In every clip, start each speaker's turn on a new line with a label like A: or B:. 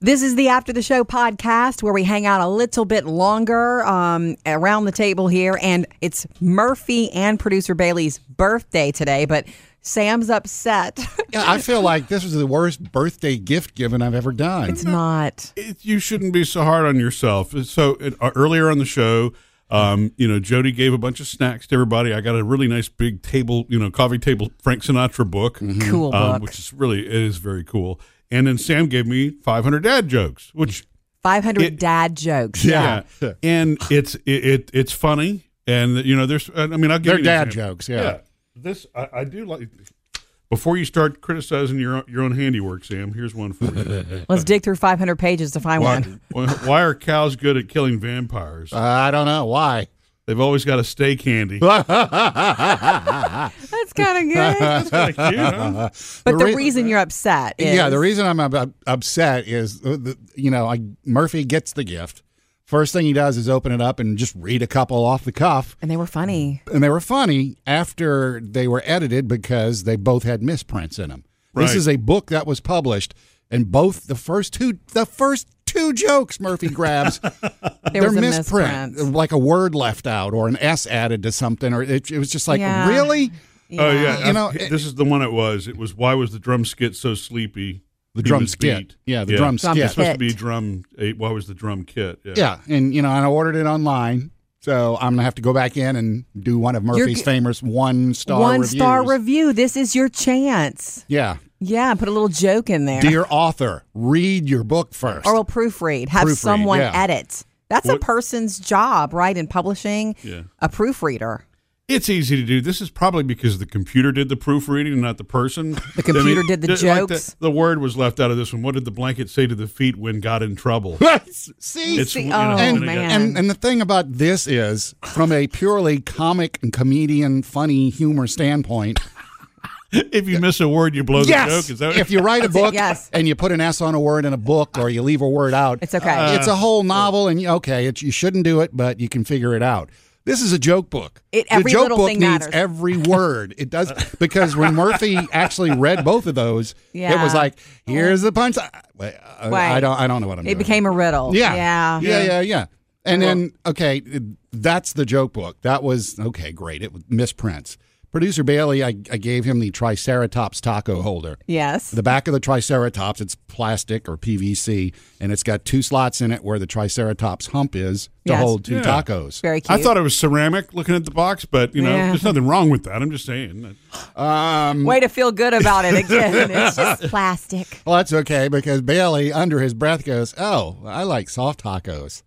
A: This is the After the Show podcast where we hang out a little bit longer um, around the table here. And it's Murphy and producer Bailey's birthday today, but Sam's upset.
B: Yeah, I feel like this was the worst birthday gift given I've ever done.
A: it's not.
C: it, you shouldn't be so hard on yourself. So it, uh, earlier on the show, um, you know, Jody gave a bunch of snacks to everybody. I got a really nice big table, you know, coffee table Frank Sinatra book,
A: Cool book.
C: um, which is really it is very cool. And then Sam gave me 500 dad jokes, which
A: 500
C: it-
A: dad jokes.
C: yeah, and it's it, it it's funny, and you know, there's I mean, I'll give
B: They're
C: you an
B: dad
C: example.
B: jokes, yeah.
C: this I, I do like. Before you start criticizing your own- your own handiwork, Sam, here's one for you.
A: Let's dig through 500 pages to find
C: Why,
A: one.
C: why are cows good at killing vampires?
B: Uh, I don't know why.
C: They've always got a steak handy.
A: That's kind of good.
C: That's kinda cute, huh?
A: But the
B: rea-
A: reason you're upset is
B: yeah, the reason I'm ab- upset is, uh, the, you know, I, Murphy gets the gift. First thing he does is open it up and just read a couple off the cuff.
A: and they were funny.
B: and they were funny after they were edited because they both had misprints in them. This
C: Right.
B: is a book that was published, and both the first two the first two jokes Murphy grabs
A: There
B: they're
A: was a
B: misprint,
A: misprint.
B: like a word left out or an S added to something, or it, it was just like
A: Yeah.
B: really Uh,
C: Oh yeah,
B: You know,
C: I- this is the one. It was. It was. Why was the drum skit so sleepy?
B: the
C: He
B: drum
C: was
B: skit,
C: beat.
B: yeah, the drum
A: Drum
B: skit,
C: It's supposed to be
A: Kit.
C: drum. eh, Why was the drum kit?
B: yeah. And you know, and I ordered it online. So I'm gonna have to go back in and do one of Murphy's
A: g-
B: famous one star
A: One star
B: reviews.
A: review. This is your chance.
B: yeah,
A: Yeah, put a little joke in there.
B: dear author, read your book first.
A: or will proofread, have
B: Proofread,
A: someone
B: yeah.
A: edit. That's a
C: What-
A: person's job, right? In publishing,
C: Yeah.
A: a proofreader.
C: It's easy to do. This is probably because the computer did the proofreading and not the person.
A: The computer did the jokes.
C: the, the word was left out of this one. What did the blanket say to the feet when got in trouble?
B: See,
C: It's-
A: See,
C: you
A: oh
C: know,
B: and,
C: when it
A: man,
C: got-
B: and and the thing about this is, from a purely comic and comedian, funny humor standpoint,
C: if you miss a word, you blow the joke. Is that
B: if you write a book
A: yes.
B: and you put an S on a word in a book, or you leave a word out,
A: It's okay. Uh,
B: it's a whole novel, and you- okay, it, you shouldn't do it, but you can figure it out. This is a joke book.
A: It-
B: the
A: every
B: joke
A: little
B: book
A: thing
B: needs
A: matters.
B: every word. It does because when Murphy actually read both of those, it was
A: Yeah.
B: like, here's the punch. I, I- I
A: Right.
B: don't, I don't know what I'm
A: it
B: doing.
A: became a riddle.
B: Yeah.
A: yeah.
B: Yeah, yeah, yeah. And then, okay, that's the joke book. That was, okay, great. It was misprints. Producer Bailey, I, I gave him the Triceratops taco holder.
A: Yes.
B: The back of the Triceratops, it's plastic or PVC, and it's got two slots in it where the Triceratops hump is to
A: Yes.
B: hold two
C: Yeah.
B: tacos.
A: Very cute.
C: I thought it was ceramic looking at the box, but you know,
A: Yeah.
C: there's nothing wrong with that. I'm just saying.
B: Um,
A: Way to feel good about it again. it's just plastic.
B: well, that's okay because Bailey, under his breath, goes, Oh, I like soft tacos.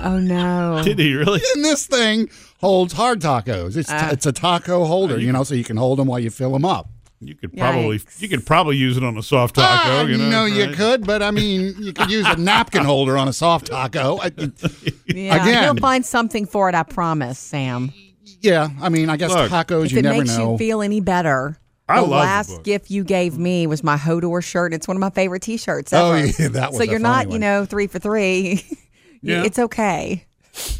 A: Oh no.
C: Did he really?
B: And this thing holds hard tacos. It's,
A: Uh.
B: it's a taco holder, you know, so you can hold them while you fill them up.
C: You could probably
A: Yikes.
C: you could probably use it on a soft taco.
B: Ah,
C: you know,
B: no, you
C: right?
B: could, but I mean, you could use a napkin holder on a soft taco. I,
A: Yeah.
B: Again.
A: You'll find something for it, I promise, Sam.
B: yeah, I mean, I guess
C: Look,
B: tacos,
A: If
B: you
A: it
B: never
A: makes
B: know.
A: you feel any better.
C: I
A: the
C: love the
A: last
C: book.
A: gift you gave me was my Hodor shirt. It's one of my favorite T-shirts.
B: Oh,
A: ever.
B: yeah, that was
A: So
B: a
A: you're
B: funny
A: not, you
B: one.
A: know, three for three. You-
C: Yeah.
A: It's okay.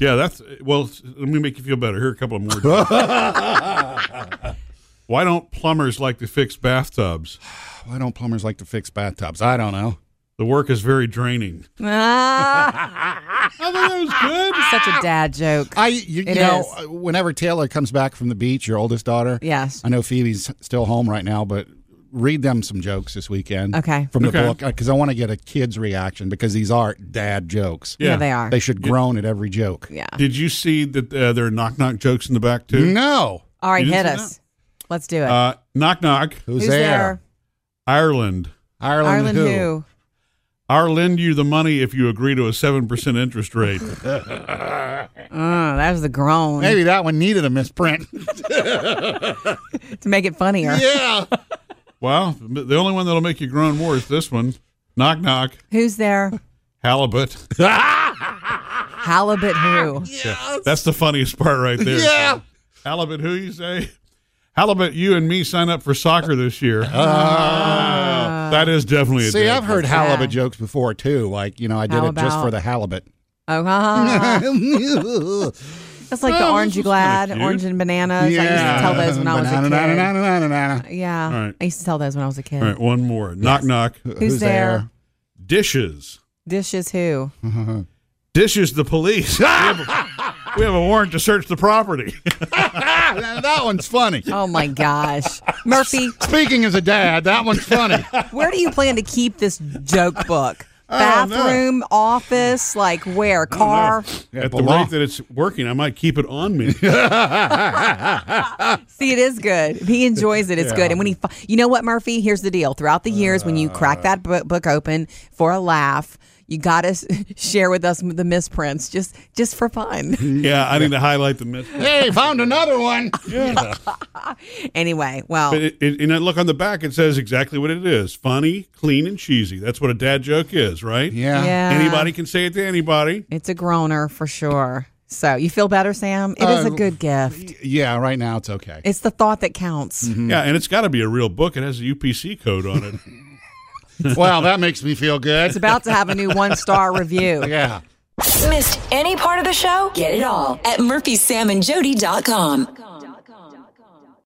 C: Yeah, that's well. s- Let me make you feel better. Here are a couple of more. Why don't plumbers like to fix bathtubs?
B: Why don't plumbers like to fix bathtubs? I don't know.
C: The work is very draining.
A: Ah,
C: I thought that was good.
A: such a dad joke.
B: I, you, you
A: It
B: know, uh,
A: is.
B: whenever Taylor comes back from the beach, your oldest daughter,
A: Yes.
B: I know Phoebe's still home right now, but read them some jokes this weekend.
A: Okay.
B: From the
C: Okay.
B: book, because I want to get a kid's reaction because these are dad jokes.
A: Yeah, they are.
B: They should groan at every joke.
A: yeah.
C: Did you see that uh, there are knock knock jokes in the back too?
B: No.
A: All right,
C: You
A: hit
C: didn't see
A: us. Let's do it.
C: Uh, knock knock.
B: Who's, there?
C: Ireland.
B: Ireland,
A: Ireland
B: who?
A: who?
C: I'll lend you the money if you agree to a seven percent interest rate.
A: Oh, that was the groan
B: Maybe that one needed a misprint.
A: to make it funnier.
B: yeah.
C: Well, the only one that'll make you groan more is this one. Knock knock.
A: Who's there?
C: Halibut.
A: Halibut who?
C: That's the funniest part right there.
B: Yeah.
C: Halibut, who you say? Halibut, you and me sign up for soccer this year. Ah. that is definitely a
B: Ah. See,
C: dad
B: I've heard
C: joke.
B: halibut
A: Yeah.
B: jokes before too. Like, you know, I did
A: How
B: it just
A: about-
B: for the halibut.
A: Oh, ha, ha, ha.
B: yeah.
A: that's like the
C: Oh,
A: orange you
C: this is kinda
A: glad,
C: cute.
A: orange and bananas. I used to tell those when I was a kid.
B: Banana-na-na-na-na-na-na.
A: Yeah,
C: All right.
A: I used to tell those when I was a kid.
C: All right, one more. Knock, knock.
A: Who's there?
C: dishes.
A: Dishes who?
C: Dishes the police. we, have a, we have a warrant to search the property.
B: Now, that one's funny.
A: Oh my gosh. Murphy,
B: Speaking as a dad, that one's funny.
A: where do you plan to keep this joke book?
C: don't know.
A: Bathroom, office, like where? Car?
C: At the
B: belong-
C: rate that it's working, I might keep it on me.
A: See, it is good. He enjoys it. It's good. And when he, fi- you know what, Murphy? Here's the deal. Throughout the years, when you
C: Uh.
A: crack that book, book open for a laugh, you got to share with us the misprints just just for fun.
C: yeah, I need to highlight the myth.
B: hey, found another one.
A: anyway, well,
C: But it, it, and I look on the back, it says exactly what it is funny, clean, and cheesy. That's what a dad joke is, right?
B: Yeah.
A: yeah,
C: Anybody can say it to anybody.
A: It's a groaner for sure. So you feel better, Sam? It is
C: Uh,
A: a good gift.
B: Yeah, right now it's okay.
A: It's the thought that counts.
B: Hmm.
C: Yeah, and it's got to be a real book. It has a UPC code on it.
B: wow, that makes me feel good.
A: It's about to have a new one star review.
B: Yeah.
D: Missed any part of the show? Get it all at murphysamandjody.com.